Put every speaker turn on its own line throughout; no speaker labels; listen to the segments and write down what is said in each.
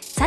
さ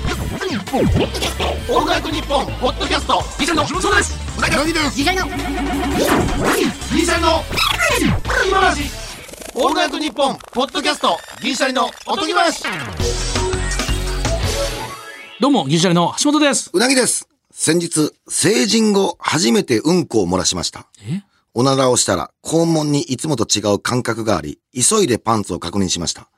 ッポンオールナイトニッポンポッドキャストギシャリのそうです
何です
ギシャリのギシャリの今話オールナイトニッポンポッドキャストギシャリのおとぎ話
どうも、ギリシャリの橋本です。
うなぎです。先日、成人後、初めてうんこを漏らしました。
え
おならをしたら、肛門にいつもと違う感覚があり、急いでパンツを確認しました。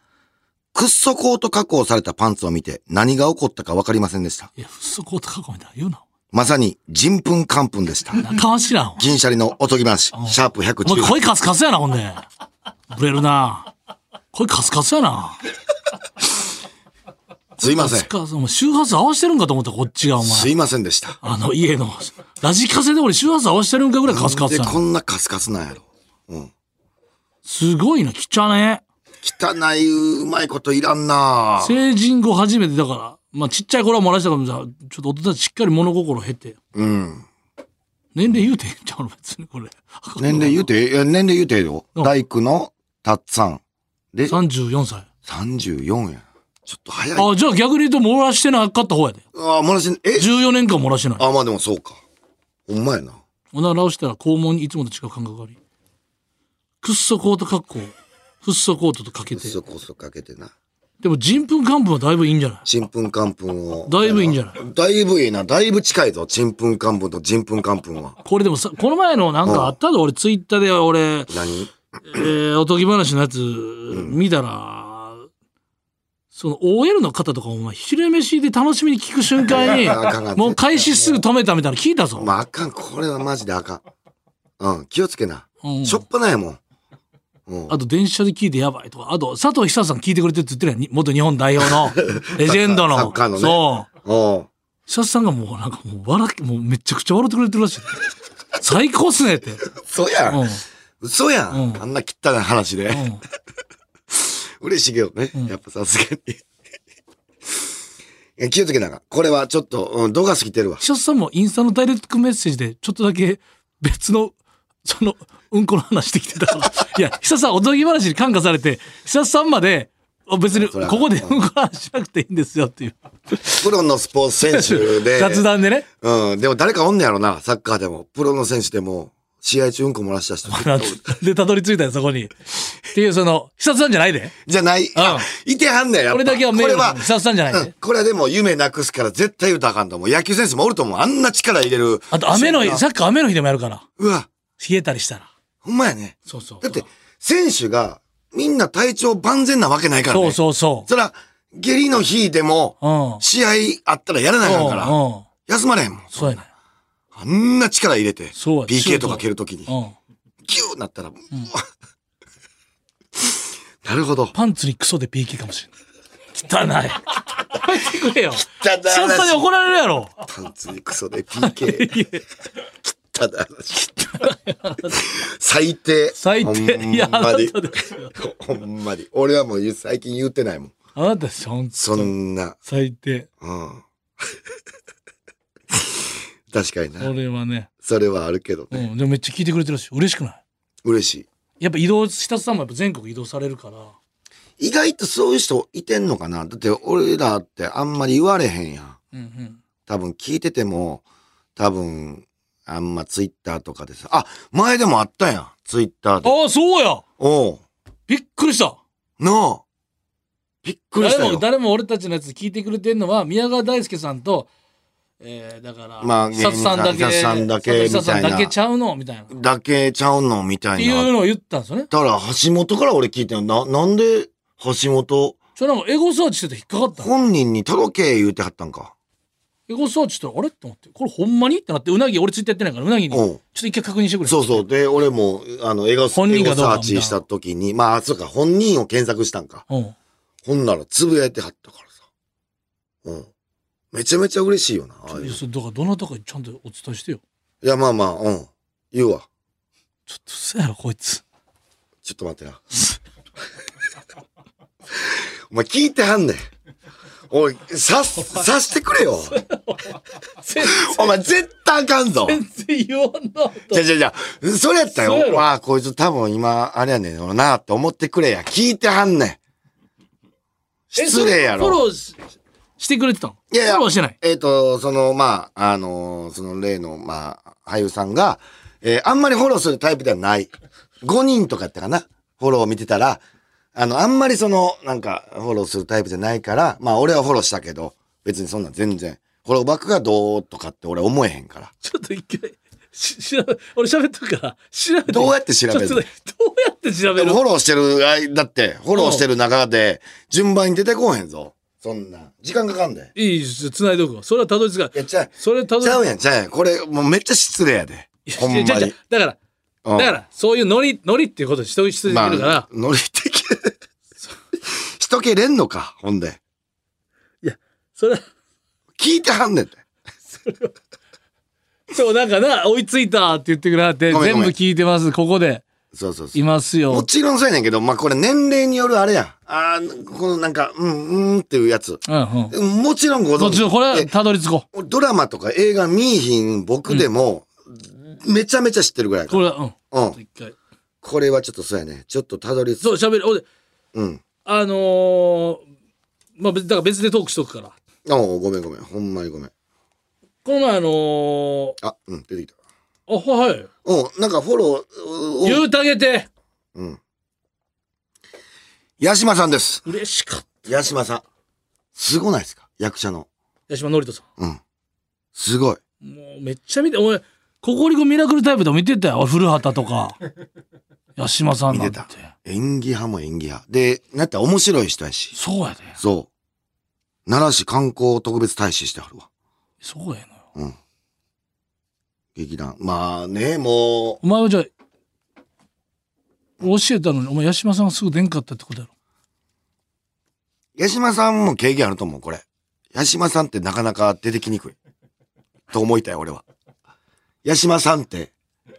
くっそコート加工されたパンツを見て、何が起こったかわかりませんでした。
いや、フッ素コートかこめた。言うな。
まさに、人糞完糞でした。
かわしらん。
銀シャリのおとぎ話、シャープ
お前
110。
声カスカスやな、ほんで。ブレるな。声カスカスやな。
すいま
カ
せ
ス
ん。
カス。お前周波数合わしてるんかと思った、こっちが、お前。
すいませんでした。
あの、家の、ラジカセで俺周波数合わしてるんかぐらいカスカス
で、
やな。
こんなカスカスなんやろ。うん。
すごいな、きちゃね。
汚い、うまいこといらんな
成人後初めてだから、まあちっちゃい頃は漏らしたからさ、ちょっと大人たちしっかり物心減って、
うん。
年齢言うてええんちゃうの、別にこれ。
年齢言うて、いや、年齢言うてよ。
うん
大工のたっさん。で、
34歳。
34や。ちょっと早い。あ
あ、じゃあ逆に言うと漏らしてなかった方やで。
あ、漏らしん、え
14年間漏らしてない。
あ、まあでもそうか。ほんまやな。
おならをしたら肛門にいつもと違う感覚があり。くっそコート格好。フッ素コートとかけて。
そこそかけてな。
でも人糞漢糞はだいぶいいんじゃない
ちんぷんかんぷんを。
だいぶいいんじゃない
だいぶいいな。だいぶ近いぞ。ちんぷんかんぷんとちんぷんかんぷんは。
これでもさ、この前のなんかあったぞ、俺ツイッターで俺、
何
えー、おとぎ話のやつ見たら、その OL の方とかお前昼飯で楽しみに聞く瞬間に
あかんあか、ん
もう開始すぐ止めたみたいなの聞いたぞ。
まああかん。これはマジであかん。うん。気をつけな。
うん
しょっぱないもん。うん。
あと電車で聞いてやばいとか、あと佐藤久さん聞いてくれてるって言ってるやんに、元日本代表 のレジェンドの。
サッカーのね
そう。
おう
シャツさんがもうなんかもう笑っもうめちゃくちゃ笑ってくれてるらしい。最高っすねって。
嘘や
うん
ん。。嘘やん。
うん
あんな汚い話で。
うん。
嬉しいけどね。やっぱさすがに。い や気をつけなあかん。これはちょっと、うん、度が過ぎてるわ。
シャツさんもインスタのダイレクトメッセージでちょっとだけ別の、その、うんこの話できてたから。いや、久さんおとぎ話に感化されて、久さんまで、あ別にこ
それは
こでう
うん
んこの話しなくていいんですよっていう。
プロのスポーツ選手で。
雑談でね。
うん。でも誰かおんねやろな、サッカーでも。プロの選手でも、試合中うんこ漏らした 人。
なんで、たどり着いたよ、そこに。っていう、その、久さんじゃないで。
じゃない。あいてはんねややっぱ。
俺だけはメー
こ
ル
れは、
久さんじゃない
うん
で。
これはでも夢なくすから絶対言うたらあかんと思う。野球選手もおると思う。あんな力入れる。
あと、雨の日、サッカー雨の日でもやるから。
うわ、
冷えたりしたら。
ほんまやね。
そうそう。
だって、選手が、みんな体調万全なわけないからね。
そうそうそ
そら、下痢の日でも、
う。うん。
試合あったらやらなあかんから、
うんうん
休まれへんもん。
そうやね
あんな力入れて、
そうや
PK とか蹴るときに、ギュ
うん。
ーなったら、 なるほど。
パンツにクソで PK かもしれない。汚い。やめてくれよ。
汚い話
さっさに怒られるやろ。
パンツにクソで PK。ただ話、最低。
最
ほ
低。
ん
いや、あな
ま
た
に。
ですよ。
ほんまに。俺はもう最近言ってないもん。
あなたですよ、ほんと
そんな、
最低。
うん。 確かにな。
俺はね。
それはあるけど
う
ね。
ん。でもめっちゃ聞いてくれてるし、嬉しくない
嬉しい。
やっぱ移動、下さんもやっぱ全国移動されるから。
意外とそういう人いてんのかなだって俺らってあんまり言われへんやん。
うんうん。
多分聞いてても、多分、あんまツイッターとかでさ。あ、前でもあったやん。ツイッターで。
ああ、そうや
おう。
びっくりした
なあ。びっくりし
誰
たよ
も、。誰も俺たちのやつ聞いてくれてんのは、宮川大輔さんと、えー、だから、
まあ
久田さんだけ、
久田さんだけ
久田さん
み
だ
たい
け
な
ちゃうのみたいな。っ
だけちゃうのみた
て
い
いう
な。
のを言ったんですよね。
たら、橋本から俺聞いたの。な、なんで、橋本、
それはもうエゴ装置してて引っかかったの
本人にとろけ言うてはったんか。
エゴ装置ってあれって思って、これほんまにってなって、うなぎ俺ついてやってないから、うなぎに、ち
お
ょっ
う
と一回確認してくれ。
そうそう。で、俺も、あの、映画、
本人
エ
が
ゴ
どう
サー
か
チした時に、まあ、そうか、本人を検索したんか。
うん。
ほんなら、つぶやいてはったからさ。うん。めちゃめちゃ嬉しいよな。ああいう
いや
い
それだからどなたかにちゃんとお伝えしてよ
や、まあまあ、うん。言うわ。
ちょっとそやろこい つ
ちょっと 待ってな。お前聞いてはんねん。おい、さ、さしてくれよ。
全
お前絶対あかんぞ。
然言わんな
じゃじゃじゃそれやった
そうや
よ。
ろ
わあ、こいつ多分今、あれやねんよなって思ってくれや。聞いてはんねん。失礼や
フォ
ろ。
ローししてくれてたの
いやいや
フォローしてない
えっ、と、その、まあ、あのーその例の、まあ、俳優さんが、えーあんまりフォローするタイプではない。5人とかやったかな。フォローを見てたら、あの、あんまりその、なんか、フォローするタイプじゃないから、まあ、俺はフォローしたけど、別にそんなん全然、フォローバックがどうとかって俺思えへんから。
ちょっと一回ししら俺喋ったから調べて
どうやって調べるの
ちょっとどうやって調
で
べる
もフォローしてる間、だって、フォローしてる中で、順番に出てこうへんぞ。そんな。時間かかんで。
いいです繋いどくわそれはたどり着
い
かない
や、ちゃう、
それはたどり
ちゃう
着
やん、ちゃうやん。これ、もうめっちゃ失礼やで。ほんまに。
じゃだから
うん
だからそういうノリノリっていうことにしておいてるから、
まあ、乗りてけ、しとけれんのか、ほんで。
それは
聞いてはんねんて。
そうなんかな追いついたって言ってくれはって
ごめん
全
ご
部
めん
聞いてますここで
そうそうそう。
いますよ
もちろんそうやねんけど、まあ、これ年齢によるあれやん。あーこのなんか、うん、うんっていうやつ。
うんうん
もちろんご
も
存
ち
知。
ろんこれは
え
たどり着こ
ドラマとか映画見いひん僕でも、めちゃめちゃ知ってるぐらいうやか
こ
ら
れはうん
うん。
一回
これはちょっとそうやね。ちょっとたどり着
そう喋る俺
うん。
あのーまあ別だから別でトークしとくから
ああ、ごめんごめん。ほんまにごめん。
この前あのー、
あ、うん、出てきた。
あはい
うん、なんかフォロー
言うたげて
を、うん。八島さんです。
嬉しかった
八島さん。すごないですか役者の。
八島のりとさ
うん。すごい。
んもうめっちゃ見て俺ココリコミラクルタイプでも見てたよ俺古畑 とか八島さんなんて
見て演技派も演技派。で、なんやったら面白い人やし。
そうやで
そう。奈良市観光特別大使してはるわ。
そうやのよ
うん。劇団。まあね、も
お前はじゃあ俺教えたのにお前八島さんがすぐ出んかったってことやろ
う、八島さんも経験あると思う、これ。八島さんってなかなか出てきにくい。と思いたい、俺は。八島さんって、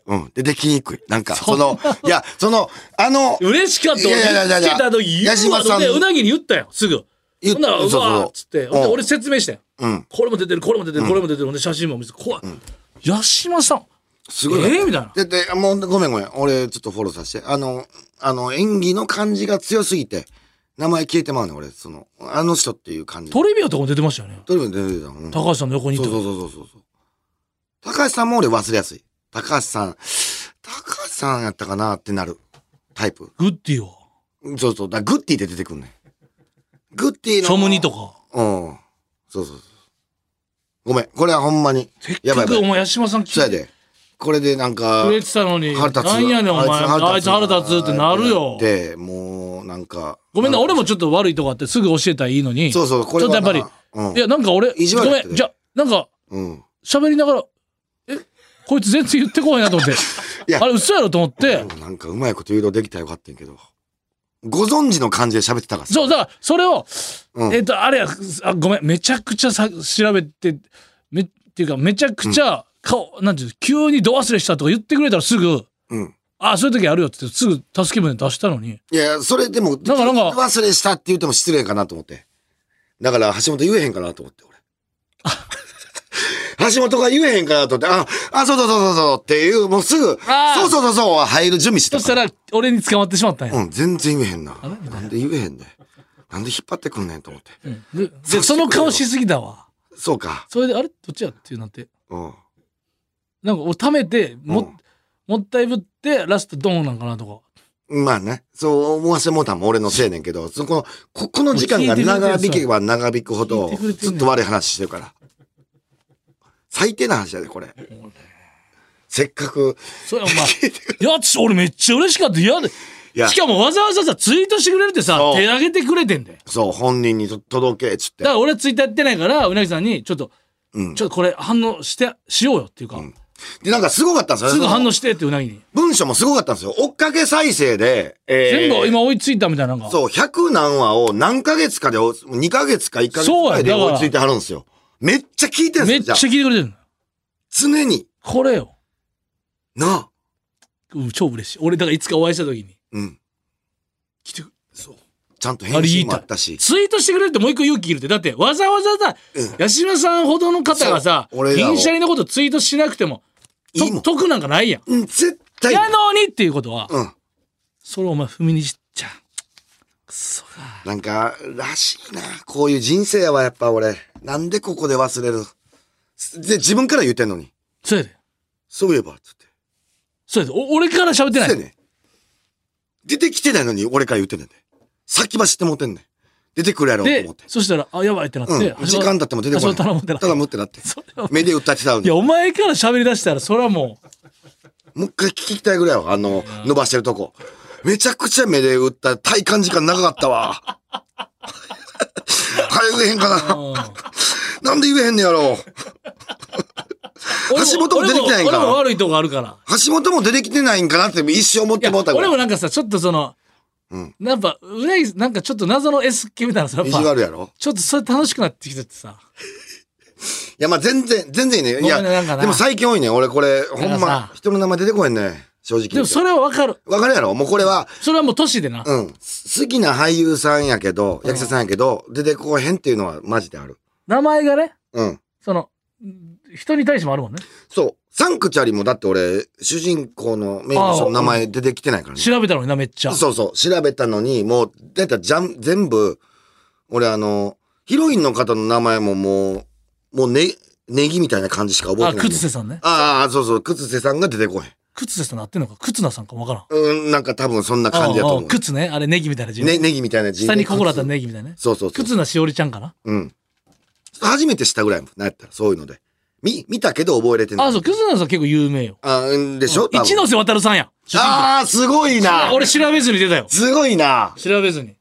うん、出てきにくい。なんか、その、いや、その、あの、
嬉しかった
いやいやいやいや
俺見つけた時言
八
うわ
島さん
でうなぎに言ったよすぐ
言っ
ほんならう
そうそう
わ
そ
ー
う
っつってほんで
うん
俺説明したよ
うん。
これも出てるこれも出てるこれも出てる、ほんで写真も見せて怖い、八島さん
すごい。
えーみたいな
で、で、もう、ごめんごめん。俺、ちょっとフォローさせて。あの、あの、演技の感じが強すぎて、名前消えてまうねん、俺。その、あの人っていう感じ。
トリビアとかも出てましたよね
トリビア出てたもん。うん
高橋さんの横にい
そう
た
そうそうそうそうそう。高橋さんも俺忘れやすい。高橋さん、高橋さんやったかなってなるタイプ。
グッディは
うんそうそう。だからグッティで出てくんねん。グッティの。
チョムニと。か
うん。そうそうそう。ごめん。これはほんまに。やばい
結
や
局お
ばい。
前八島さん
そう
聞
や
いて
で。これでなんか。
くれてたのに
腹立つ。
なんやねんお前あいつ腹立つってなるよ
で、もう、なんか。
ごめんな俺
も。
もちょっと悪いとこあってすぐ教えたらいいのに
そうそう、こ
ち
れ
ょっとやっぱり、
うん。
いやなんか俺
意地
ご
悪や
め
ったで
んじゃあなんか
うん。
喋りながらえこいつ全然言ってこないなと思って
いや
あれ嘘やろと思って
なんか、うまいこと誘導できたらよかったんやけど。ご存知の感じで喋ってたからさ
そう、だから、それを、
うん
えっ、と、あれや、あごめん、めちゃくちゃさ調べて、め、っていうか、めちゃくちゃ、顔、なんていうの急に度忘れしたとか言ってくれたらすぐ、
うん。
あ、そういう時あるよって言って、すぐ助け舟出したのに、
いや、それでも、
なんかなんか
忘れしたって言っても失礼かなと思って。だから、橋本言えへんかなと思って、俺。 橋本が言えへんかなと思って、あ、あ、そうそうそうそうそうっていう、もうすぐ、そう
あー
そうそうそうは入る準備してた
そし
から
たら、俺に捕まってしまったんや。
うん、全然言えへんな。
れみたい
なんで言えへんねん。なんで引っ張ってくんねんと思って。
うんでで、その顔しすぎだわ。
そうか。
それで、あれどっちやっていうなって。
うん。
なんか、俺、溜めて、も、
うん
もったいぶって、ラストドーンなんかなとか。
まあね、そう思わせてもうたんも俺のせいねんけど、そこ、ここの時間が
もう聞いてくれてる
長引けば長引くほ
聞い
ど
てくれ、てんね
ず
ん
っと悪い話してるから。最低な話やで、これ。せっかく、
それお前、いや、ち俺めっちゃ嬉しかった。いやで
いや
しかもわざわざさ、ツイートしてくれるってさ
そ、う
手挙げてくれてんだよ。
そう、本人にと届け、つって
だか。ら俺はツイッターやってないから、うなぎさんに、ちょっと、
うん
ちょっとこれ反応して、しようよっていうか、
で、なんかすごかったんですよね。
すぐ反応
し
してってうなぎに。
文章もすごかったんですよ。追っかけ再生で、えー
全部今追いついたみたいななんか。
そう、100何話を何ヶ月かで、2ヶ月か1ヶ月
そ
く
うや
らいで
だから
追いついてはるんですよ。めっちゃ聞いてるん
め
で
っ
す
ちゃ
よ。じゃあ
聞いてくれてるの。
常に。
これよ。
なあ。
うん超嬉しい。俺、だからいつかお会いした時に。
うん。
来てく
ちゃんと返信もあったし。
ツイートしてくれるってもう一個勇気いるって。だって、わざわざさ、
うん
八島さんほどの方がさ、
そう俺らを
銀シャリのことツイートしなくても、と
いいもん。
得なんかないやん。
うん、絶対。
やのにっていうことは、
うん。
それをお前踏みにしちゃくそが
なんか、らしいな。こういう人生はやっぱ俺。なんでここで忘れるで、自分から言ってんのに。
そうやで
そういえば、つって。
そうやでお俺から喋ってな
そうや
い
ね出てきてないのに俺から言ってんねんで。先走ってもうてんねん。出てくるやろうと
で
思って。
そしたらあやばいってなって、
うん。時間経っても出てこ
そ
な
う
い。
頼むってな
頼むってなって。
それはい
目で訴えてたのに
や。お前から喋り出したらそれはも う
もう一回聞きたいぐらいよ。あの、伸ばしてるとこ。めちゃくちゃ目で打った体感時間長かったわ。 早く言えへんかな。
うん
なんで言えへんのやろう。橋本も出てきてないんか
俺も俺も悪いとこあるから
橋本も出てきてないんかなって一瞬思っ
いや
てもうたぐ
俺
ら
も
い。
なんかさちょっとその、
うん
なんかうらいなんかちょっと謎の S 級みたいなさやっ
意
ぱ
地悪やろ
ちょっとそれ楽しくなってきてってさ
いや、まあ全然、全然いいね。いや、
ごめんねなんかな
でも最近多いね。俺これ、ほ
なんんかさ
ま、人の名前出てこへんね。正直言って。
でもそれはわかる
わかるやろもうこれは、
それはもう年でな、
うん。好きな俳優さんやけど、役者さんやけど、出てこへんっていうのはマジである。
名前がね
うん。
その人に対してもあるもんね
そう。サンクチャリもだって俺、主人公のメインの人の名前出てきてないからね。
調べたのになめっちゃ
そうそう。調べたのに、もう、だいたいじゃん全部、俺あの、ヒロインの方の名前ももう、もうね、ネギみたいな感じしか覚え
あ
てない。
靴瀬さんね
ああ、そうそう。靴瀬さんが出てこへん。
靴瀬さんなってんのか靴名さんかもわからん
うん、なんか多分そんな感じやと
あああ
思
あ靴ねあれネギみたいな字
う。ね、ネギみたいな字
下に心あった
ね。
ネギみたいなね
そうそうそう。
靴名しおりちゃんかな
うん。初めてしたぐらいもん。なんやったら、そういうので。見、見たけど覚えれてない。
あそう靴名さん結構有名よ
あうんでしょ多分
一ノ瀬渉さんや主人公
ああ、すごいな。
俺調べずに出たよ
すごいな。
調べずに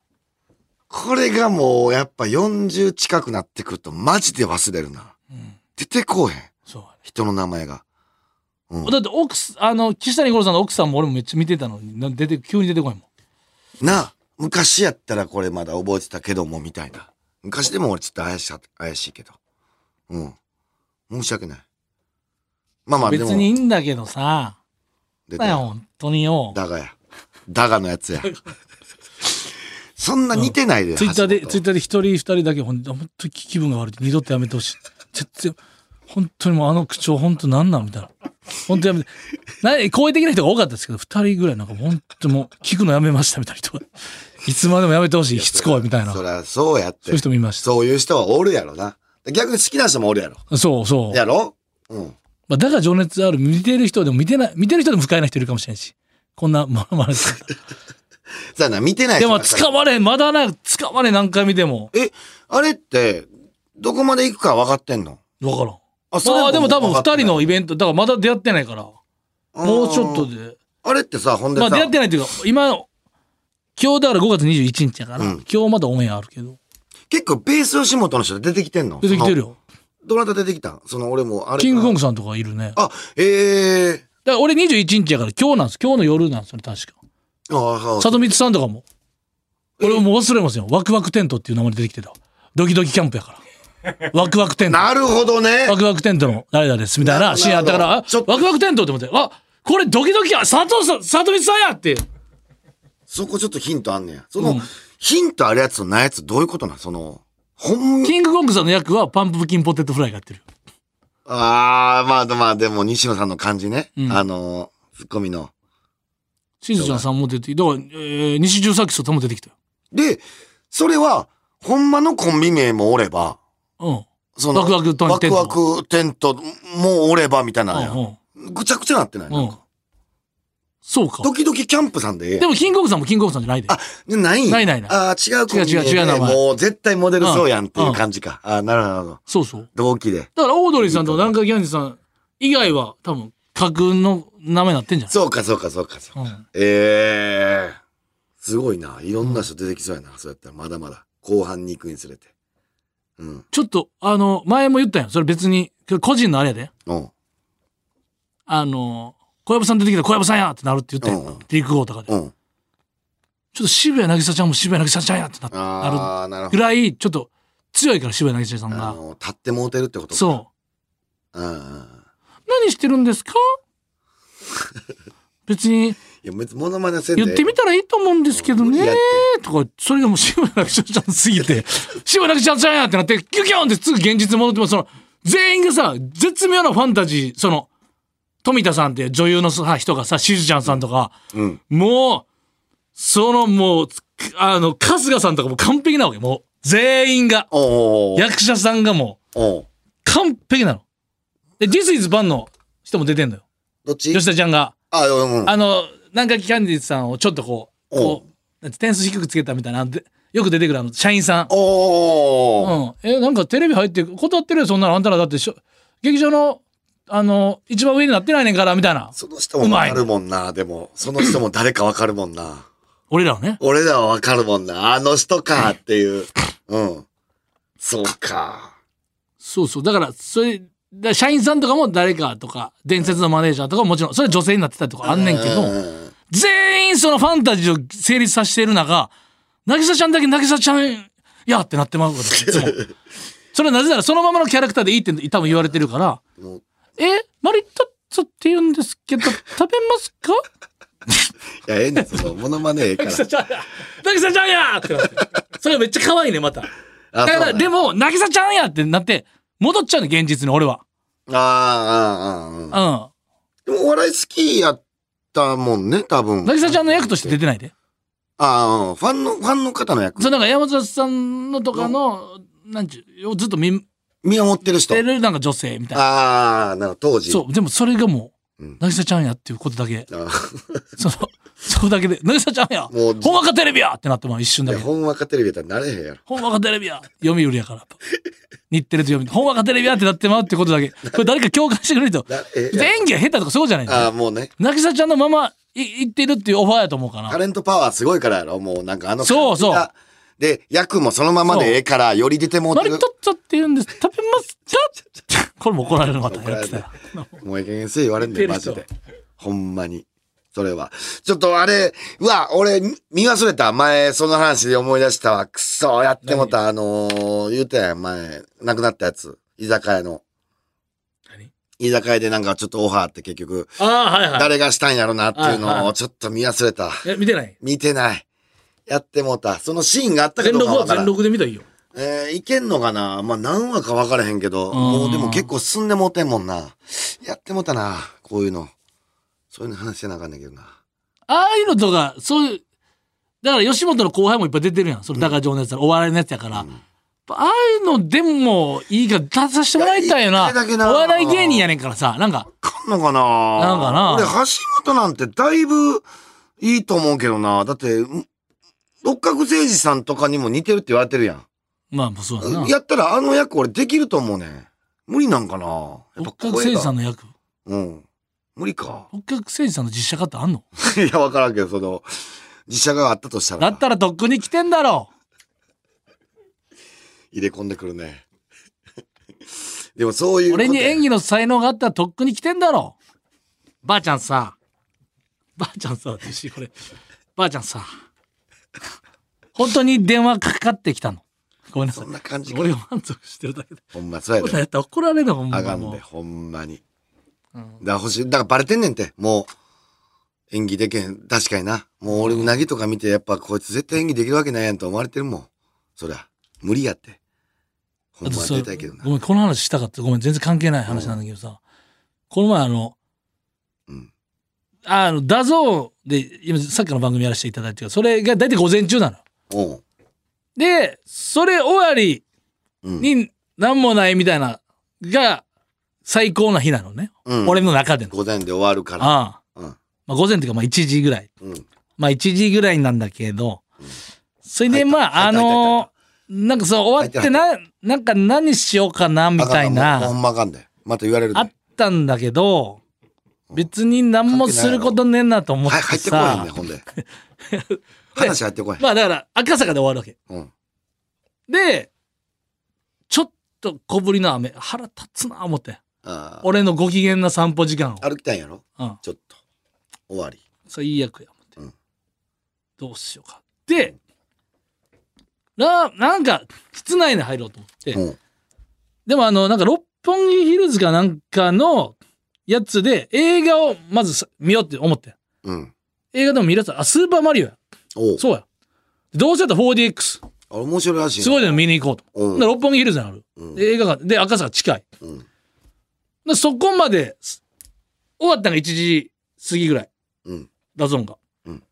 これがもうやっぱ40近くなってくるとマジで忘れるな。
うん
出てこうへん。
そう
人の名前が。うん
だって奥すあの岸谷五郎さんの奥さんも俺もめっちゃ見てたのにな出て急に出てこいもん
なあ、昔やったらこれまだ覚えてたけどもみたいな。昔でも俺ちょっと怪しか怪しいけど。うん。申し訳ない。まあまあで
別
も、
にいいんだけどさ
出て
だよ本当によ
だがや。だがのやつや。そんな似てないで、
ツイッターで
橋本
ツイッターで一人二人だけほんと本当に気分が悪い二度とやめてほしい絶対本当にもうあの口調本当なんなんみたいな本当やめてな好意的な人が多かったですけど二人ぐらいなんか本当もう聞くのやめましたみたいな人がいつまでもやめてほしいしつこいみたいな
そ
そう
りゃそうやっ
いう
て。
人もいまし
そういう人はおるやろな。逆に好きな人もおるやろ。
たそうそう
やろうん。
まあ、だから情熱ある見てる人でも見てない見てる人でも不快な人いるかもしれないしこんなも のまねする
さあな、見てない
で
人
も
だから
捕まれまだな捕まれ何回見ても
え、あれって、どこまで行くか分かってんの
分からん
あ
まあでも多分2人のイ
ベ
ベントだからまだ出会ってないからもうちょっと。
ん
で
あれってさ、ほんで
ま
さ、
あ出会ってないというか今今日だから5月21日やか
う
ら、
ん
今日まだオンエアあるけど
結構ベース吉本の人出てきてんの
出てきてる。よ
そのどなた出てきたんその俺もあれ。
キングコン
グ。
グさんとかいるねだか
あ、ええ
ら俺21日やから今日なんです今日の夜なんですよね確か
ー。ああ、
里光さんとかも俺もう忘れますよワクワクテントっていう名前で出てきてたドキドキキャンプや からワクワクテント
なるほどね
ワ。クワクテントの誰々ですみた
な
い
る
な
ほど
シーンあったから、あワ
ちょっ
ク
と
ワクテントって思って、あこれドキドキや佐藤さん、佐藤光さんやって。
そこちょっとヒントあんねや。その、
うん
ヒントあるやつとないやつどういうことなんその、ほん
キングコングさんの役はパンプキンポテトフライがやってる。
ああ、まあまあ、でも西野さんの感じね。
うん
あの、ツッコミの。
しずちゃんさんも出て、だから、えー、西十作さんも出てきたよ。
で、それは、ほんまのコンビ名もおれば、
うん。
その
ワクワクテント
ワクワクテントもおればみたいなのや
うん
ぐちゃぐちゃなってない、
うん。う
なんんか。
そうか。
時々キャンプさんでええやん
でも、キングオブさんもキングオブさんじゃないで。
あ、ないんや
ないないない
あー違うコンビ
違う違う違う名前
もう絶対モデルそうやんっていう感じか。あーなるほどなるほど。
そうそう。
同期で。
だから、オードリーさんと南海キャンディーズさん以外は、多分、架空の名前になってんじゃない
そうかそうかそうかそうか。
うん
ええすごいな。いろんな人出てきそうやな。そうやったらまだまだ。後半に行くにつれて。うん。
ちょっと、あの、前も言ったやん。それ別に、個人のあれやで。
うん。
あの、小籔さん出てきたら小籔さんやってなるって言ったや
うんうん
ん。リーク号とかで。ち
う
ょっ
ん。
と渋谷渚ちゃんも渋谷渚ちゃんやってなな
ああ、なる
る
ほ
ぐ
ど。
らい、ちょっと強いから渋谷渚ちゃん
あ
が。
の、立ってもうてるってことか
そ
う
う。
んうんうん。
何してる んですか別に
いや、別にモノマネせんで。
言ってみたらいいと思うんですけど
いや
ね
っ
とかそれがもうしばらくちゃちゃんすぎ てしばらくちゃちゃんやってなってキュキュンってすぐ現実に戻ってもその全員がさ絶妙なファンタジーその富田さんって女優のさ人がさしずちゃんさんとか、
うん。
もうそのもうあの春日さんとかも完璧なわけもう全員が
おうおう
役者さんがもう
おう
完璧なの。で「This is バンの人も出てんのよ
どっち
吉田ちゃんが。
あ、うん。
あの、南海キャンディーズさんをちょっとこう、
おう
こう、なんて点数低くつけたみたいな、でよく出てくるあの、社員さん。
お
う
お
ん。え、なんかテレビ入って、断ってるよ、そんなの。あんたらだってしょ、劇場の、あの、一番上になってないねんから、みたいな。
その人もわかるもんな。でも、その人も誰かわかるもんな。
俺らはね。
俺らはわかるもんな。あの人かっていう。うん。そうか。
そうそう。だから、それ、だから社員さんとかも誰かとか、伝説のマネージャーとかももちろん、それは女性になってたりとかあんねんけど、
うん
全員そのファンタジーを成立させてる中、渚ちゃんだけ渚ちゃんやってなってまうから、いつも。 それはなぜならそのままのキャラクターでいいって多分言われてるから、
もう
え、マリトッツォって言うんですけど、食べますか
いや、ええねん、その、モノマネええ から。
渚ちゃんや渚ちゃんやってなって。それがめっちゃ可愛いね、また。だ
あそ
から、
うなん
で
や
も、渚ちゃんやってなって、戻っちゃうね、現実に俺は。
あーあー、あーあー。で
うん。
も、お笑い好きやったもんね、多分。
渚ちゃんの役として出てないで。
ああ、うんファンの、ファンの方の役
そ。う、なんか山里さんのとかの、なんちゅう、ずっと見
見守ってる人
て。るなんか女性みたいな。
ああ、なるほど当時。
そう、でもそれがもう
うん、
渚ちゃんやっていうことだけ、
あー
その、そこだけで、渚ちゃんや
もう
ほんわかテレビやってなってもう一瞬
い
だ
や、
け。
ほんわかテレビやったらなれへんやろ。
ほんわかテレビや読売やからと。日テレと読売。ほんわかテレビやってなってまうってことだけ。これ誰か共感してくれると。
なれへんやろ
演技が下手とかそうじゃないんだ
あ
よ
あ、もうね。
渚ちゃんのままいいってるっていうオファーやと思うか
タ
な。
レントパワーすごいからやろ。もうなんかあの感じが
そうそう
で、役もそのままでええから、より出てもう
マ
て
リト
る
ッ。ツォって言うんです。食べ ますかこれも怒られるまたやってたら。
もうええ加減せえ言われんね
言
ん、
って
マジ
る人
で。ほんまに。それは。ちょっとあれ、うわ、俺、み見忘れた。前、その話で思い出したわ。くそ、やってもた。あのー、言うたやん、前、亡くなったやつ。居酒屋の。
何
居酒屋でなんかちょっとオファーって結局、
ああ、はいはい。
誰がしたんやろなっていう
はい
の
は
を、ちょっと見忘れた。
え、見てない
見てない。やってもうた。そのシーンがあったか
全
どう
録
かわ
は
から
全
ん。
録で見たらいいよ。
えー、いけんのかなまあ、何話か分からへんけど、
ん
もうでも結構進んでもうてんもんな。やってもうたな、こういうの。そういうの話してなあかんねんけどな。
ああいうのとか、そういう、だから吉本の後輩もいっぱい出てるやん。それ、だから情熱やら、お笑いのやつやから。ああいうのでもいいから出させてもらいたいよ
いや
な。
一回だけな
お笑い芸人やねんからさ、なんか、
かんのかな
なんかな
俺、橋本なんてだいぶいいと思うけどな。だって、ん六角誠治さんとかにも似てるって言われてるやん。
まあ、そうだな。
やったらあの役俺できると思うねん。無理なんかなやっぱ
六角誠
声
治
が
さんの役。
うん。無理か。
六角誠治さんの実写化ってあんの
いや、わからんけど、その、実写があったとした
だ
ら
っ、たらとっくに来てんだろ。
入れ込んでくるね。 でもそういううことや。
俺に演技の才能があったらとっくに来てんだろう。ばあちゃんさ。ばあちゃんさ、私これ。ばあちゃんさ。本当に電話かかってきたの。ごめんなさい
そん。な感じか。
俺が満足してるだけで。
ほんま、そうや
こんなん
で。
やったら怒られるのほんま
あかん
もう
で、ほんまに。だから欲しい。だからバレてんねんて、もう。演技でけへん。確かにな。もう俺、うなぎとか見て、やっぱこいつ絶対演技できるわけないやんと思われてるもん。そりゃ、無理やって。ほ
あ
ん
と
まは
さ
出たいけどな
ご。めん、この話したかった。ごめん、全然関係ない話なんだけどさ。この前あの、
うん
あの、ダゾーで、今さっきの番組やらせていただいてるけどそれが大体午前中なの。
おう。
で、それ終わり
うん。
に何もないみたいな、が、最高な日なのね。
うん
俺の中での。
午前で終わるから。
ああ。
うん。
まあ、午前っていうかまあ1時ぐらい、
うん
まあ1時ぐらいなんだけど、それで
入った
まあ
入った
あ
入
のなんかそう終わってななんか何しようかなみたい
あかんもうほ
なん
まあかんで。また言われるで。
あ
は
ったんだけど別に何もすることねえなと思っ
い、
て
入ってこないん
さ
だよ、ほんで。 話入ってこない。
まあだから赤坂で終わるわけ
うん。
でちょっと小ぶりの雨腹立つな思って
あー
俺のご機嫌な散歩時間を、
歩きたいんやろ
うん、
ちょっと。終わり。
最悪や思って、
うん
どうしようかでななんか室内に入ろうと思って、
うん。
でもあのなんか六本木ヒルズかなんかのやつで映画をまずさ見ようって思って
うん。
映画でも見るやつあスーパーマリオや
おう。
そうやどうせやったら 4DX
あれ面白いらしいな。
すごいの見に行こうと、
うん
で六本木ヒルズにある、
うん
で映画館で赤坂近い
うん。
でそこまです終わったのが1時過ぎぐらい
うん。
ダゾーンが。
うん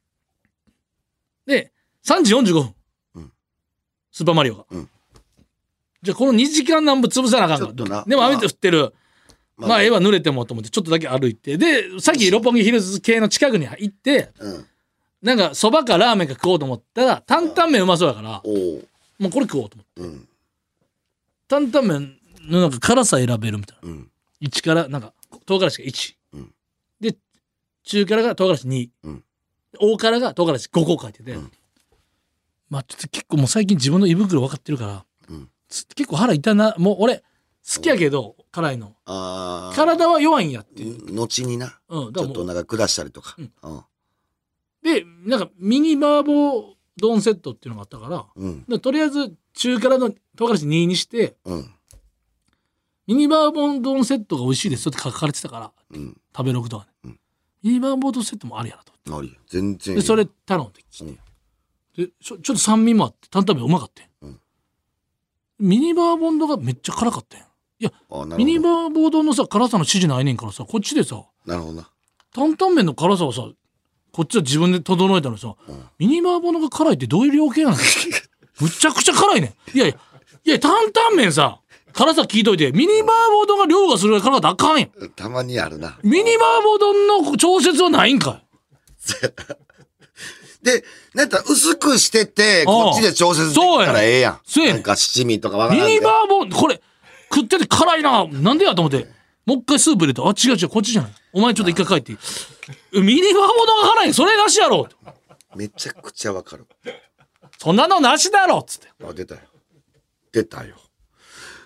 で、3時45分。
うん
スーパーマリオが。
うん
じゃあこの2時間なんぼ潰さなあかんか
ちょっとな
でも雨降ってる。
ま
ま
あ
あ、絵は濡れてもと思って、ちょっとだけ歩いて。で、さっき六本木ヒルズ系の近くに行って、
うん。
なんかそばかラーメンか食おうと思ったら、担々麺うまそうやから、
おう。
もうこれ食おうと思って。
うん。
担々麺のなんか辛さ選べるみたいな。
うん。
1から、なんか、唐辛子が1。
うん
で、中辛が唐辛子2。
うん
大辛が唐辛子5個書いてて。
うん
まあ、ちょっと結構もう最近自分の胃袋分かってるから、
うん
つ結構腹痛な、もう俺、好きやけど、辛いの。
ああ。
体は弱いんやっていう。
後にな。
うん、
ち
だ
ょ
か
っと
らも
お腹
う。
下したりとか。
うん
うん。
で、なんか、ミニ麻婆丼セットっていうのがあったから、だか
うん。
らとりあえず、中辛の唐辛子2にして、
うん。
ミニ麻婆丼セットが美味しいですよって書かれてたから、
うん。
食べログとかね。
うん
ミニ麻婆丼セットもあるやなと。
あり。全然いい。
でそれ頼んできて、
うん
でちょちょっと酸味もあって担々麺うまかったよ、
うん
ミニバーボンドがめっちゃ辛かったよいや
あなるほど
ミニバーボンドのさ辛さの指示ないねんからさこっちでさ
なるほどな。
担々麺の辛さをさこっちは自分で整えたのにさ、
うん
ミニバーボンドが辛いってどういう量刑な のむちゃくちゃ辛いねんいやいやいや担々麺さ辛さ聞いといてミニバーボンドが量がするぐらい辛かったらあかんやん
たまにあるな。
ミニバーボンドの調節はないんか
で、なんか薄くしてて、
ああ
こっちで調節できたらええやん。
そうやねんそうやねん
なんか七味とかわ
い
から
ミ
ん
ニ
けど。
バーボンこれ食ってて辛いななんでやと思ってもう一回スープ入れてあ違う違うこっちじゃないお前ちょっと一回帰ってえミニバーボンが辛いそれなしやろ
めちゃくちゃわかる。
そんなのなしだろっつって
あ、出たよ。出たよ。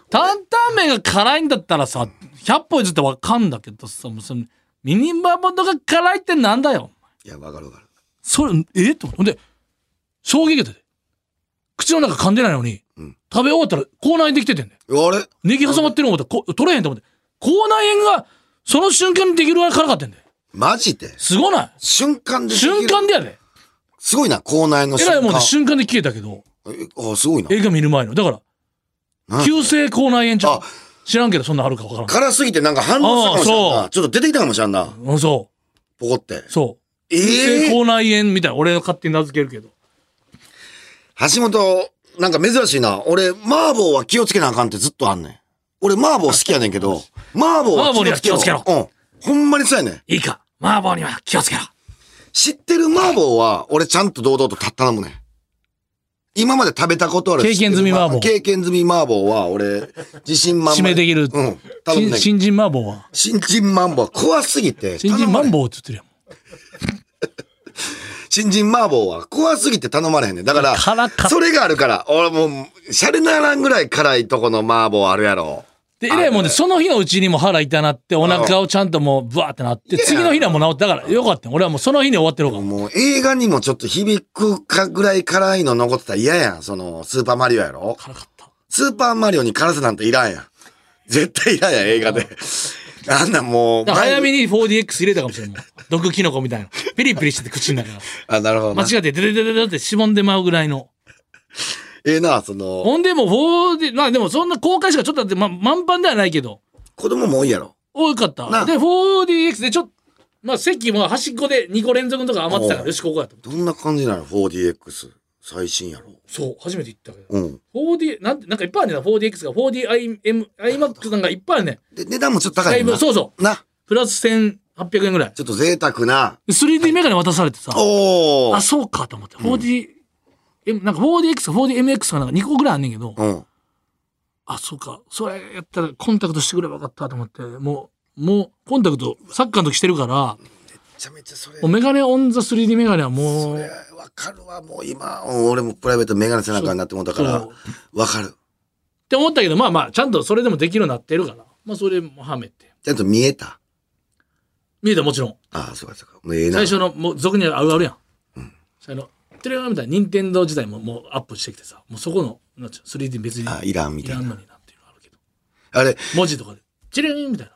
担々麺が辛いんだったらさ100歩譲ってわかんだけどさもうそのミニバーボンが辛いってなんだよ
いや、わかるわかる。
それえっとほんで衝撃だで口の中噛んでないのに、
うん
食べ終わったら口内炎できててんね
あれ
ネギ挟まってるの思ったらこ取れへんと思って口内炎がその瞬間にできるぐらい辛かったんだよ
マジです
ごな
瞬間で
い
できる
瞬間でやで。
すごいな、校内の
え
瞬
らい
間。
もんで瞬間で消えたけど、
あ、すごいな。
映画見る前の。だから、
何
急性口内炎ちゃ
あ。
う知らんけど、そんなんあるかわからん
辛すぎてなんか反応したかもしれん
ああそ
な。ちょっと出てきたかもしれんな。。
うんそ
ポコって
う、。そう。
え
急性
え
口内炎みたいな、俺が勝手に名付けるけど。
橋本、なんか珍しいな。俺、麻婆は気をつけなあかんってずっとあんねん。俺、麻婆好きやねんけど、麻婆は気をつけろ。
麻婆
うん。ほんまにそうやねん。
いいか、麻婆には気をつけろ。
知ってる麻婆は、俺ちゃんと堂々とた頼むねん。今まで食べたことある。
経験済み麻婆
経験済み麻婆は、俺、自信満々。
指名できる
うん。頼むねん
新新人麻婆は。
新人麻婆は怖すぎて。
新人
頼ま
マ
れ
ン
へん
ボウって言ってるやん。
新人麻婆は怖すぎて頼まれへんねん。だから、
辛かった
それがあるから、俺もう、シャレならんぐらい辛いとこの麻婆あるやろ。
で、えらいもんで、その日のうちにも腹痛なって、お腹をちゃんともう、ブワーってなって、
いや
次の日にはもう治ったから、よかったよ。俺はもうその日に終わってるから。
もう映画にもちょっと響くかぐらい辛いの残ってたら嫌やん。その、スーパーマリオやろ。
辛かった。
スーパーマリオに辛さなんていらんやん。絶対いらんやん、映画で。あんなんもう。
だから早め
に。
に 4DX 入れたかもしれんもん。毒キノコみたいな。ピリピリしてて口の中が。
あ、なるほどな。
間違って、でででででってしぼんでまうぐらいの。
ええな、その、
ほんでもう、4D、まあでもそんな公開しかちょっとだって、ま、満帆ではないけど、
子供も多いやろ。
多かっ
な
た。
あ
で、4DX でちょっと、まあ席も端っこで2個連続のとか余ってたか
お
ら、
う
よし、ここやと思って。
どんな感じなの ?4DX。最新やろ。
そう、初めて行ったけど。
うん。
4D、なんて、なんかいっぱいあるねんな、4DX が。4DIM、IMAX なんかいっぱいあるねん。
で、値段もちょっと高
だ
い
い
ねんな。
ぶ、そうそう。
な。
プラス1800 800円ぐらい。
ちょっと贅沢な。
3D メガネ渡されてさ、
お
あ、
ー。
そうかと思って。4D、M なんか 4DX か 4DMX かなんか2個ぐらいあんねんけど、
うん。
あ、そうか。それやったらコンタクトしてくればよかったと思って、もう、もう、コンタクト、サッカーの時してるから、
めちゃめちゃそれ
もうメガネオンザ 3D メガネはもう、
わかるわ、もう今、うん俺もプライベートメガネ背中になってもうたから
そう、
わかる。
って思ったけど、まあまあ、ちゃんとそれでもできるようになってるから、まあそれもはめて。
ちゃんと見えた。
見えたもちろん。
ああ、そうかそうか。もうええな。
最初の、もう俗にあるあるやん。最初の、てれーみたいな、任天堂自体ももうアップしてきてさ、もうそこの、なんちゅう 3D 別にいら
あ
んの
いらんみたいな。
になっていうのあるけど。
あれ、
文字とかで、チリーンみたいな。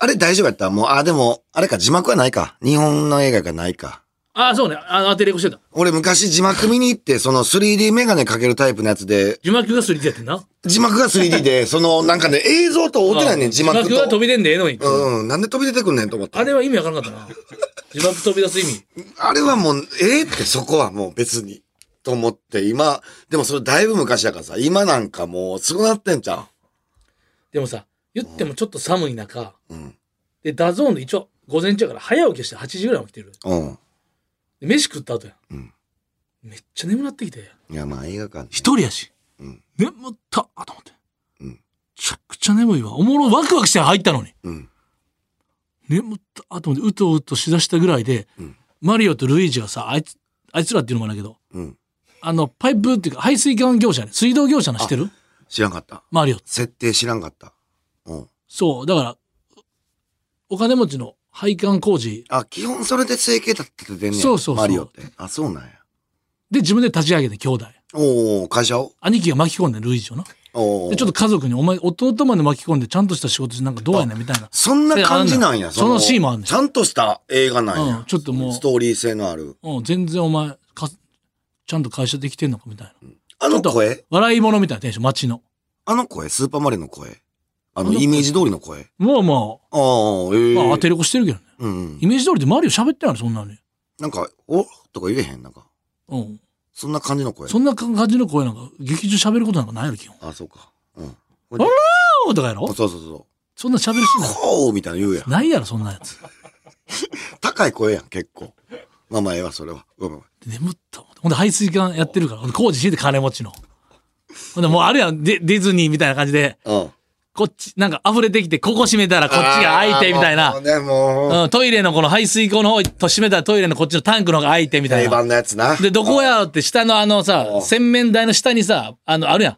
あれ大丈夫やったもう、あ、でも、あれか、字幕はないか。日本の映画がないか。
ああ、そうね。あの、アテレコしてた。
俺昔字幕見に行って、その 3D メガネかけるタイプのやつで、
字幕が 3D やってんな。
字幕が 3D で、その、なんかね、映像と合うてないね
あ
ん、
あ
字幕と。
が飛び出んでええのに。
うん、なんで飛び出てくんねんと思って。
あれは意味わからなかったな。字幕飛び出す意味。
あれはもう、ええってそこはもう別に。と思って、今、でもそれだいぶ昔やからさ、今なんかもう、すごなってんじゃん。
でもさ、言ってもちょっと寒い中、
うん。
で、ダゾーンで一応、午前中やから早起きして8時ぐらい起きてる。
うん。
で飯食った後やん。
うん
めっちゃ眠なってきて。
いや、まあ映画館、ね。
一人やし。
うん
眠ったと思って。
うん
めちゃくちゃ眠いわ。おもろ、ワクワクして入ったのに。
うん。
眠ったと思って、うとうとしだしたぐらいで、
うん
マリオとルイージがさ、あいつ、あいつらっていうのもあれだけど、
うん。
あの、パイプっていうか、排水管業者ね、水道業者の知ってる
知らんかった。
マリオ。
設定知らんかった。うん。
そう、だから、お金持ちの配管工事
あ、基本それで整形だって出てんねや
そうそうそう
マリオって。あ、そうなんや。
で自分で立ち上げて兄弟。
おお会社を
兄貴が巻き込んでルイージをな。
おお
で、ちょっと家族に、お前、弟まで巻き込んで、ちゃんとした仕事してなんかどうやねんみたいな。
そんな感じなんや。
そのシーンもあんねん
ちゃんとした映画なんや。
うんちょっともう
ストーリー性のある。
うん、全然お前、かちゃんと会社できてんのかみたいな。
あの声
笑い者みたいなテンション、街の。
あの声スーパーマリオの声あの、
あの声
イメージ通りの声
もうま
ああ、ええ
あ、まあ、当てれこしてるけどね。
うんうん
イ。メージ通りでマリオ喋ってないの、そんなに。
なんか、おとか言えへんなんか。
うん。
そんな感じの声
そんな感じの声なんか、劇中喋ることなんかないやろ、基本。
あ、そうか。うん。
おーとかやろ
そうそうそうそう。
そんな喋るし
こうみたいなの言うやん。
ない。ないやろ、そんなやつ。
高い声やん、結構。まあまあ、ええわ、それは。ごめんごめん。
で眠った思って。ほんで、排水管やってるから。ほんで工事してて、金持ちの。ほんで、もうあるやん、デディズニーみたいな感じで、
うん。
こっち、なんか溢れてきて、ここ閉めたらこっちが開いて、みたい
あーも
な
う。ね、もう、
うん、トイレのこの排水口の方と閉めたらトイレのこっちのタンクの方が開いて、みたい
定
な。
番のやつな。
で、どこやろって、下のあのさ
う、ん
洗面台の下にさ、あの、あるやん。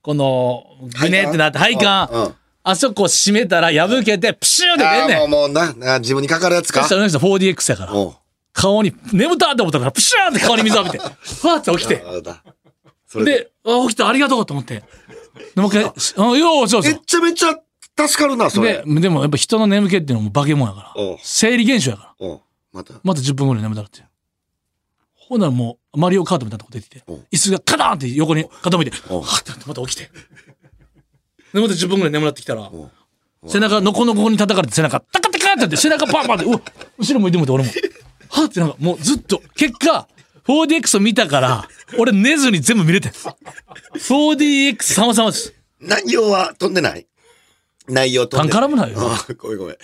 この、ぐねってなって、配管。
うんうん
あそこ閉めたら破けて、プシューって出
あ
ん
ーも
ね。
うんもうな、な自分にかかるやつ
そ
か
した。ら、の人 4DX やから。
おう
顔に、眠たって思ったから、プシューンって顔に水浴びて、ふわって起きて。
あだそれで
で、あ、起きた、ありがとうと思って。でもう一回、しあよう、そうそ。
めっちゃめちゃ助かるな、そう
で
れ、。
でもやっぱ人の眠気っていうのはもう化け物やか
おう
ら、生理現象やから、
おうまた。
また10分ぐらい眠たなって。ほんならもう、マリオカートみたいなとこ出てきて
おう、
椅子がカタンって横に傾いて、
おう
はってなってまた起きて。 で、また10分ぐらい眠なってきたら、
お
背中のこのこに叩かれて背中タカタカってやって背中パンパンってうわ後ろ向いてもって俺もはってなんかもうずっと結果 4DX を見たから俺寝ずに全部見れてん 4DX 様々です
内容は飛んでない内容飛んでない。
単からもないよ
あーごめんごめん。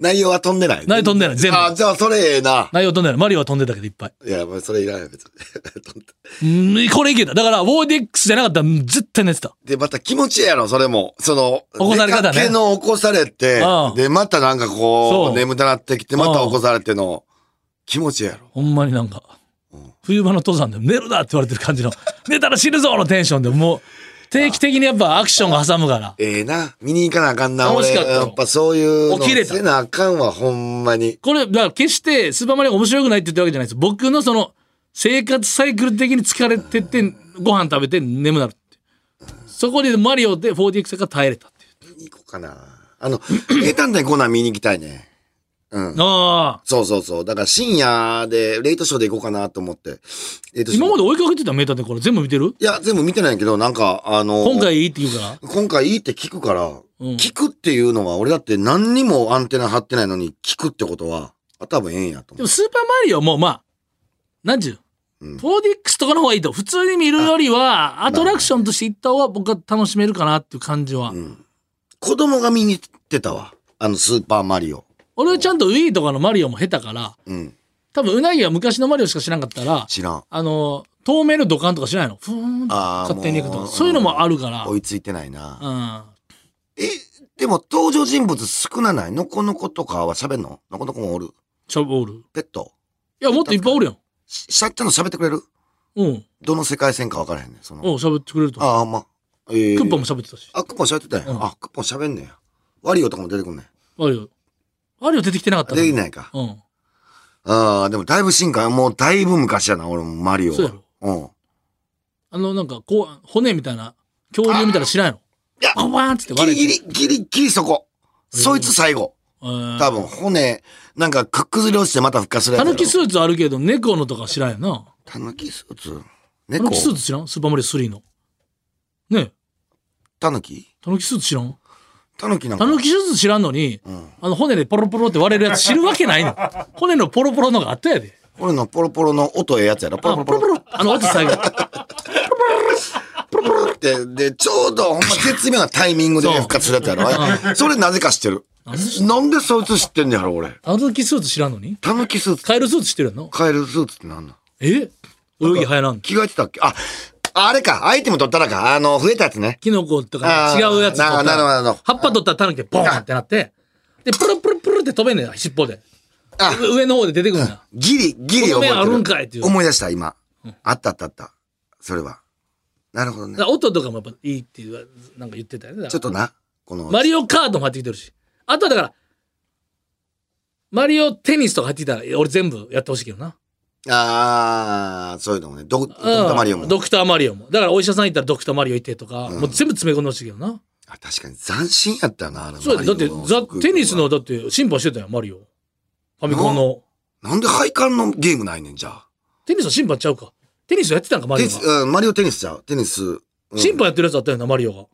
内容は飛んでない。
内容飛んでない全部
あー、じゃあそれええな。
内容飛んでないマリオは飛んでたけどいっぱい
いや、まあそれいらない別に。 飛んで
うんこれいけただから 4DX じゃなかったら絶対寝てた
で、また気持ちいいやろ、それも。その、
起こされ方ね
出かけの起こされて
うん、
で、またなんかこ、
そうう
眠たなってきて、また起こされての、気持ちいいやろ。
ほんまになんか冬場の登山で寝るなって言われてる感じの 寝たら死ぬぞのテンションでもう定期的にやっぱアクションが挟むから
ええな。見に行かなあかんな、
楽
俺。
しかったよ
やっぱそういうの
起きれた
せなあかんわ、ほんまに。
これ、だから決してスーパーマリオが面白くないって言ってるわけじゃないです。僕のその、生活サイクル的に疲れてて、ご飯食べて眠なるって。そこでマリオで 4DX が耐えれたっていう。
見に行こうかな。あ の、平坦店コーナー見に行きたいね。うん。
ああ。
そうそうそう。だから深夜で、レイトショーで行こうかなと思って。レイトショー。
今まで追いかけてたメーターでこれ全部見てる
いや、全部見てないけど、なんか、あの、
今回いいって言うから。
今回いいって聞くから、
うん
聞くっていうのは、俺だって何にもアンテナ張ってないのに、聞くってことは、あ、多分ええんやと思
でも
う。
スーパーマリオもまあ、なんちゅう。
うん
4DX とかの方がいいと。普通に見るよりは、アトラクションとして行った方が僕は楽しめるかなっていう感じは。
うん。子供が見に行ってたわ。あの、スーパーマリオ。
俺はちゃんとウィーとかのマリオも下手から、
うん。
多分うなぎは昔のマリオしか知らんかったら、
知らん。
あの、透明の土管とかしないのふーんと
あー
勝手に行くと
も
か。
う
そういうのもあるから。
追いついてないな。
うん。
え、でも登場人物少なないのこのことかは喋んののこのこもおる
ちょ、おる。い
ペット
や、もっといっぱいおるやん。
ししゃっちゃんと喋ってくれる
うん。
どの世界線か分からへんねんそ
うん、
の。
喋ってくれると思う。
ああ、まあ。ええ
クッパも喋ってたし。
あ、クッパ喋ってたんや。
うん
あ、クッパ喋んねや。ワリオとかも出てくんねん。
マリオ。マリオ出てきてなかった
出てき
い。
ないか。
うん。
ああ、でもだいぶ進化、もうだいぶ昔やな、俺もマリオは。
そうやろ
うん。
あの、なんか、こう、骨みたいな、恐竜みたいなの知らんやろ。
いや
ババーンっつって
ギ
割
リ
れて。
ギリ、ギリギリそこ。そいつ最後。
えー
多分、骨、なんか、くっ崩れ落ちてまた復活するや
タ
つや
ヌ
ろ。
キスーツあるけど、猫のとか知らんやな。
タヌキスーツ
タヌ
猫
キスーツ知らんスーパーマリオ3の。ねえ、
タヌキ
タヌキスーツ知らん
タヌキなんか。
タヌキスーツ知らんのに、
ん
あの、骨でポロポロって割れるやつ知るわけな いの。骨のポロポロのがあったやで。
俺のポロポロの音ええやつやろ。ポ
あ、
ロ
ポロ
ポロ
ポ
ポロ
ロ。あの、音最後。
ポロポロって、で、ちょうどほんま絶妙なタイミングで
そう
復活するやつやろ。あれそれなぜか知ってる。なんでそいつ知ってんねやろ、俺。
タヌキスーツ知らんのに
タヌキスーツ、
カエルスーツ知ってるやんの
カエルスーツってなんの
え泳ぎ流行らんの
着替えてたっけあ、あれか。アイテム取ったらか。あの、増えたやつね。
キノコとかね
あー
違うやつと
な
か。
なるほどなるほど
葉っぱ取ったらタヌキでボーンってなって、で、プルプルプルって飛べんねん、尻尾で。
あ、
う 上の方で出てくるんだ。
ギリ、ギリ覚えて
この面あるんかいっていう
思い出した、今。あったあったあった。それは。なるほど
だ
ね
か。ら音とかもやっぱいいっていう、なんか言ってたよね。だから
ちょっとな、この、
マリオカートも入ってきてるし。あとはだから、マリオテニスとか入ってきたら、俺全部やってほしいけどな。
あー、そういうのもね、ドクドクターマリオも
うん。ドクターマリオも。だからお医者さん行ったらドクターマリオ行ってとか、もう全部詰め込んでほしいけどな。
あ確かに斬新やったよな、あれ
そうやでだって、ザ・テニス。
マリオ
の、だって、進歩してたよ、マリオ。ファミコンの。
なんで配管のゲームないねんじゃあ。
テニスは進歩ちゃうか。テニスやってたんか、マリ
テ
オ
ニ
が
ス、。うん、マリオテニスじゃう。テニス。うん
審判やってるやつあったよな、マリオが。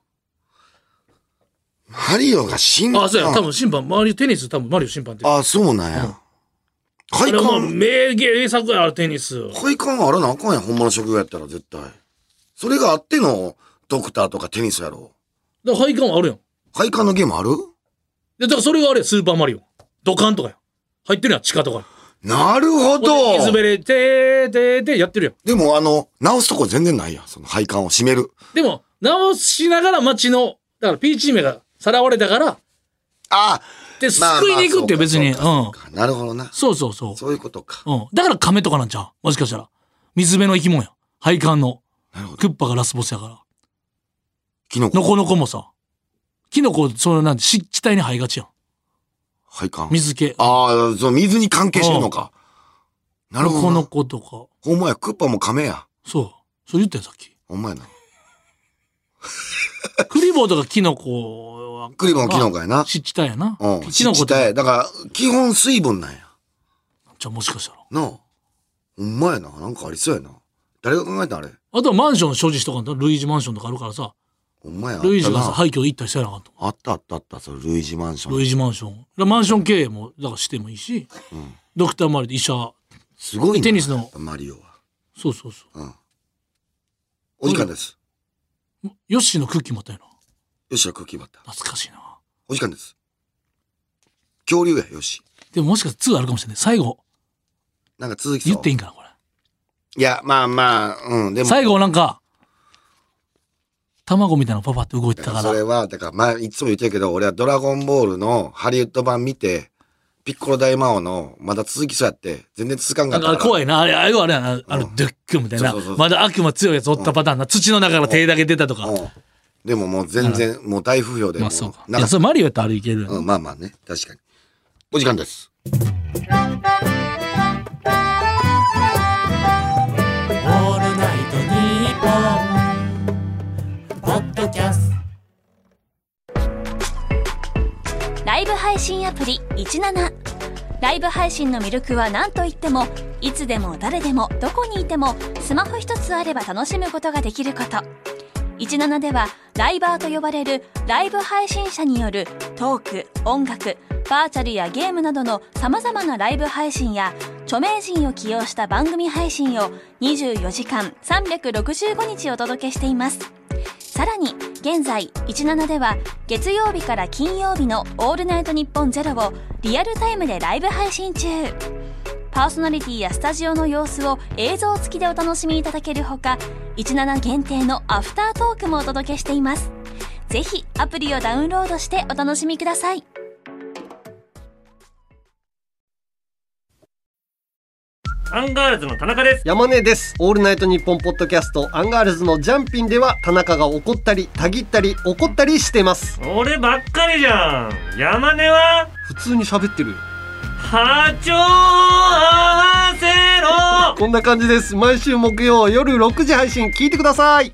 マリオが進
あ、そうや、多分審判、マリオテニス、多分マリオ審判って。あ
あ、そうなんや。配
れもう
管、
名言、名作や、あれテニス。
配管あれなあかんやん、ほんまの職業やったら絶対。それがあっての、ドクターとかテニスやろ。
だから配管はあるやん。
配管のゲームある
で、だからそれがあれやスーパーマリオ。ドカンとかや。入ってるやん、地下とか。
なるほど
水べれ、てーてーてーやってるやん。
でもあの、直すとこ全然ないやん。その配管を閉める。
でも、直しながら街の、だからピーチ姫がさらわれたから、
あ
で、救いに行くって別に。う
まあまあそ
ん
う。かなるほどな。
そうそうそう。
そういうことか。
うん。だから亀とかなんちゃうもしかしたら。水辺の生き物や。配管の。
なるほど。
クッパがラスボスやから。
キノコ。
ノコノコもさ。キノコ、そのなんて湿地帯に生えがちやん。
配管。
水気。
ああ、その水に関係してるのか。なる
ノ
ほど
コ
な。
ノコとか。
ほんまや、クッパも亀や。
そう。そう言ったよ、さっ き。
ほんまやな。
クリボーとかキノコは。
クリボンキノコやな。
湿地帯やな。
うん。
キノコ
湿
と
地
か。
帯だから、基本水分なんや。
じゃあもしかしたら。
なあ。ほんまやな。なんかありそうやな。誰が考えたんあれ。
あとはマンションの所持とかの、ルイージマンションとかあるからさ。
ほんまや。
ルイージがさ、
あったな
廃墟行ったりしたらなあかんと。
あったあったあった。それ、ルイージマンショ
ルイ
ン。
ージマンション。だからマンション経営も、だからしてもいいし。ドクター周りで医者。
すごいな
テニスの。
マリオは。
そうそうそう。
お時間です。
ヨッシーのクッキーもあったよな。
よし、クッキーバッター。
懐かしいな。
お時間です。恐竜や、よし。
でももしかしたら2あるかもしれない。最後、
なんか続きそう。
言っていいんかな、これ。
いや、まあまあ、うん、でも。
最後なんか、卵みたいなのパパって動いてたか
それ
ら。
は、だから、まあ、いつも言ってるけど、俺はドラゴンボールのハリウッド版見て、ピッコロ大魔王の、まだ続きそうやって、全然続かんか
な
っ
ん
たか。
から怖いな。あれ、あれはあれやな。あの、ドゥックみたいな
そうそうそ。う
まだ悪魔強いやつおったパターンな。土の中から手だけ出たとか。
うんでももう全然、もう大不評で、
ま
も
あそうか。い
なん
や、
か
それマリオやったらあれいけるよね
うん、まあまあね、確かに。お時間です。
ライブ配信アプリ17ライブ配信の魅力は何といってもいつでも誰でもどこにいてもスマホ一つあれば楽しむことができること17ではライバーと呼ばれるライブ配信者によるトーク音楽バーチャルやゲームなどのさまざまなライブ配信や著名人を起用した番組配信を24時間365日お届けしています。さらに現在17では月曜日から金曜日の「オールナイトニッポンゼロをリアルタイムでライブ配信中パーソナリティやスタジオの様子を映像付きでお楽しみいただけるほか17限定のアフタートークもお届けしていますぜひアプリをダウンロードしてお楽しみください
アンガールズの田中です。
山根です。オールナイトニッポンポッドキャストアンガールズのジャンピンでは田中が怒ったり、たぎったり、怒ったりしてます。
俺ばっかりじゃん。山根は
普通に喋ってるよ。
波長を合わせろ
こんな感じです。毎週木曜夜6時配信聞いてください。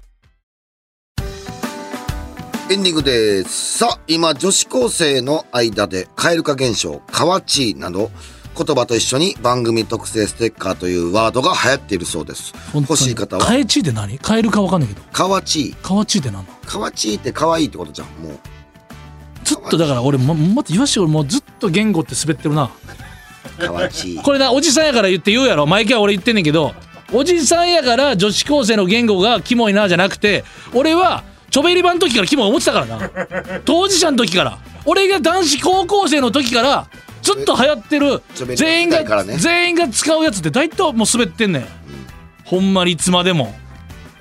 エンディングです。さあ、今、女子高生の間で、蛙化現象、カワチーなど、言葉と一緒に番組特製ステッカーというワードが流行っているそうです。欲しい方
カ
は、
エチーって何カエルかわかんないけど。
カワチ
カワチーって何なの
ー。カワチーって可愛いってことじゃん、もう。
ずっとだから俺、ま、待って、岩下俺もうずっと言語って滑ってるな。
カワチー。
これな、おじさんやから言って言うやろ。毎回俺言ってんねんけど、おじさんやから女子高生の言語がキモいなじゃなくて、俺は、チョベリ版の時からキモい思ってたからな。当事者の時から。俺が男子高校生の時から、ずっと流行ってる
チョベ、リ
全員
時代から
が、
ね
全員が使うやつって大体もう滑ってんねん。ほんまにいつまでも。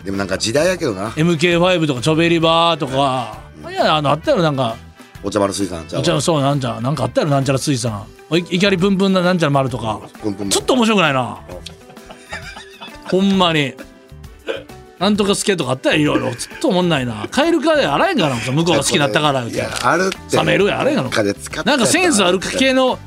でもなんか時代やけどな。
MK5 とかチョベリバーとか、いや、あの、あったよ、なんか。
お茶丸水産ちゃ
お茶の
う。
そうなんじゃなんかあったよなんちゃら水産いいきなりプンプンななんちゃら丸とか
ぷんぷん
ちょっと面白くないなほんまになんとかスケとかあったよいろいろずっとおもんないなカエル化で洗えんから向こうが好きになったから言う
い
て
や、あるって。
冷めるやんあれやろ
なんかで使ったや
なん
つ
かセンスある系の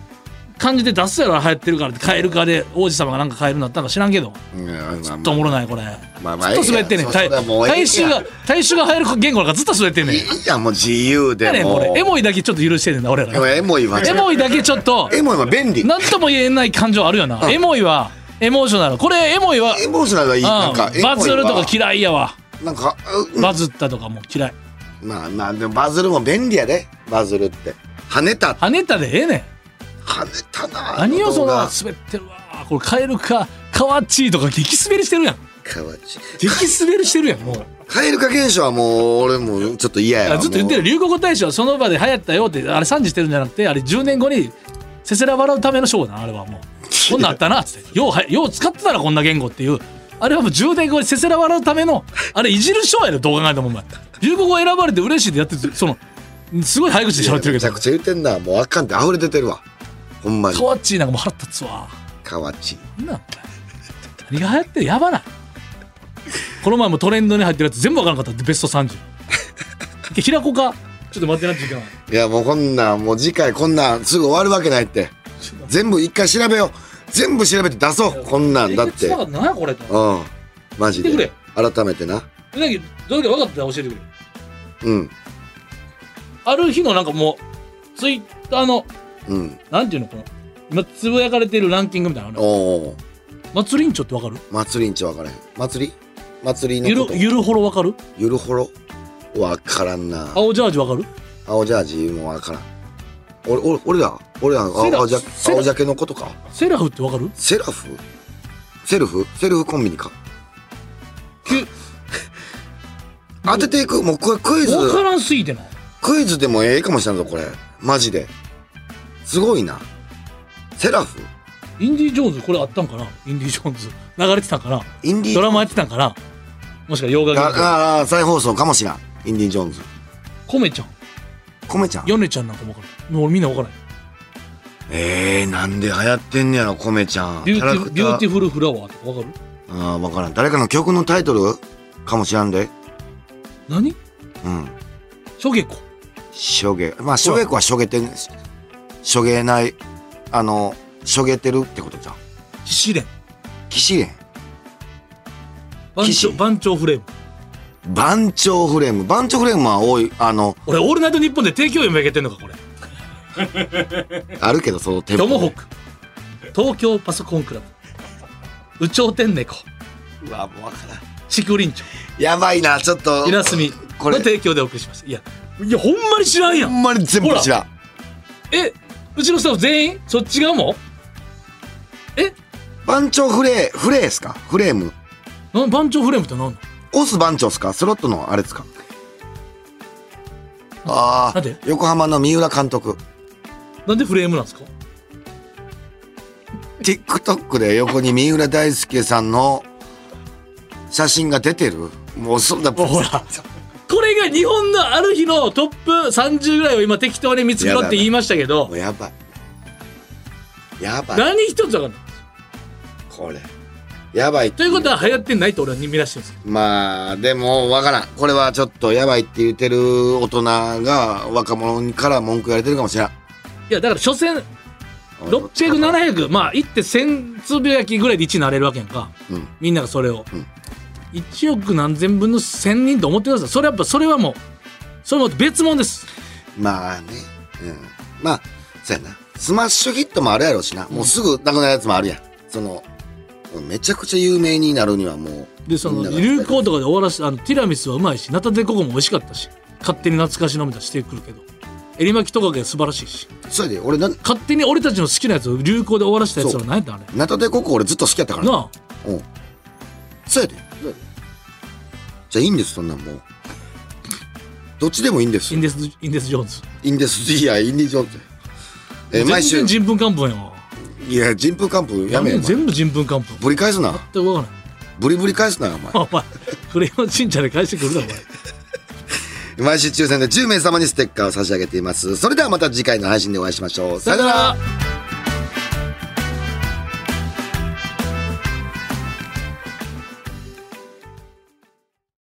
感じで出すやろ流行ってるからってカエル化で王子様がなんかカエルになったんか知らんけど
うんまあまあ
ずっとおもろないこれ
まあまあ
ずっと滑ってんねん
いいやそそ
体
れはもうええやん
体臭が体臭が流行る言語なんかずっと滑ってんねん
いいやんもう自由で
やねん
も
こ
う
れエモいだけちょっと許してんねんな俺ら
でもエモいは
エモいだけちょっと
エモいは便利
なんとも言えない感情あるよな。エモいは、エモーショナル。これ、エモいは、
エモーショナルはいいなんか
うんバズるとか
い
嫌いやわ。
なんかうん
バズったとかも嫌い。
まあまあでもバズるも便利やでバズるって跳ねた
跳ねたでええねん。
跳ねたな
何をその、
の
滑ってるわ。これ、カエルか、カワッチーとか激滑りしてるやん。
かわち
激滑りしてるやん、もう。
カエル化現象はもう俺もちょっと嫌やわ
ずっと言ってる。
も
流行語大賞はその場で流行ったよって、あれ賛辞してるんじゃなくて、あれ10年後に、せせら笑うための賞な、あれはもう。こんなんあったな、つって。ようは、よう使ってたな、こんな言語っていう。あれはもう10年後にせせら笑うための、あれいじる賞やろ、動画考えてもお前。流行語選ばれて嬉しいってやってる、その、すごい早口で喋って
う
る
めち
け
ゃ
ど
く。ちゃ言ってんなもうあかんって溢れ出てるわほんまに
カワッチーなんかもう腹立つわ。
かわち
なんなんお前何が流行ってるやばないこの前もトレンドに入ってるやつ全部わからなかったベスト30 平子かちょっと待ってな時間
いやもうこんなんもう次回こんなんすぐ終わるわけないって全部一回調べよう全部調べて出そうこんなんだってう
なんんやこれと
マジ
見て
で改めてな
くれどれだけ分かったら教えてくれ
うん
ある日のなんかもうツイッターの
うん
なんていうのこの今つぶやかれてるランキングみたいなのある
おお
祭りんちょってわかる
祭りんち分からへん祭り祭り
ゆ
の
る
こと
ゆるほろわかる
ゆるほろ分からんな
青ジャージわかる
青ジャージも分からん俺俺俺ら俺ら
セラ
青ジ
セ
ャ
ラ
青ジャケのことか
セラフってわかる
セラフセルフセルフコンビニか
きゅ
当てていくもうこれクイズ
わからんすぎてない
クイズでもええかもしれんぞこれマジですごいなセラフ
インディ・ジョーンズこれあったんかなインディ・ジョーンズ流れてたんかな
インディ
ドラマやってたんかなもしくは洋画劇場
ああ再放送かもしらんインディ・ジョーンズ
コメちゃん
コメちゃん
ヨネちゃんなんかも分からんもうみんな分からん
えー、なんで流行ってんねやろコメちゃん
ビューテ
キャラ
ィ
ク
フ
タ
ビューティフルフラワーとか分かる
ああ分からん誰かの曲のタイトルかもしらんで
何
うん
ショゲコ
しょげまあしょげ子はしょげてんししょげないあのしょげてるってことじゃん
騎士連
騎士連
番
騎士
長番長フレーム
番長フレーム番長フレームは多いあの
俺オールナイトニッポンで提供読み上げてんのかこれ
あるけどその手
トモホック東京パソコンクラブ有頂天猫
うわもう分からん
竹林町
やばいなちょっと
稲住
こ
の
れ
提供でお送りしますいやいやほんまに知らんや
ほ
ん
んまに全部知らん
えうちのスタッフ全員そっち側もえ
番長フレーフレーっすかフレーム
な番長フレームって何なの
オス番長っすかスロットのあれっすかああ
なんで
横浜の三浦監督
なんでフレームなんですか
TikTok で横に三浦大輔さんの写真が出てるもうそんな
ほらこれが日本のある日のトップ30ぐらいを今適当に見つけろって言いましたけ
も
ど
うやばいやばい
何一つ分かんない
これやばい
ということは流行ってないと俺は見出してるんですよ
まあでもわからんこれはちょっとやばいって言ってる大人が若者から文句言われてるかもしれん
いやだから所詮600700まあ1って1000つぶやきぐらいで1になれるわけやんか、
うん
みんながそれを、
ん
1億何千分の1000人と思ってくださいそれやっぱそれはもうそれも別物です
まあねうんまあそうやなスマッシュヒットもあるやろうしな、もうすぐなくなるやつもあるやんそのめちゃくちゃ有名になるにはもう
でそ
み
の
んながやっ
流
ぱり
行とかで終わらせあのティラミスはうまいしナタデココも美味しかったし勝手に懐かしのみたしてくるけどエリマキトカゲは素晴らしいし
そうやで俺な
勝手に俺たちの好きなやつを流行で終わらせたやつら何やったんあれ
ナタデココ俺ずっと好きやったからな
なあ
うんそうやでそうやでじゃあいいんですそんなんもうどっちでもいいんです
インデス・インデス・ジョーンズ
インデスいやインディ・ジョーンズえー毎週
全然人分完封やわ
いや人風寒風やめよお前
全部人分完封
ぶり返すな
全く分か
ぶりぶり返すなよお前
らないお前クレヨン神社で返してくるだろお前
毎週抽選で10名様にステッカーを差し上げていますそれではまた次回の配信でお会いしましょうさよなら
さよなら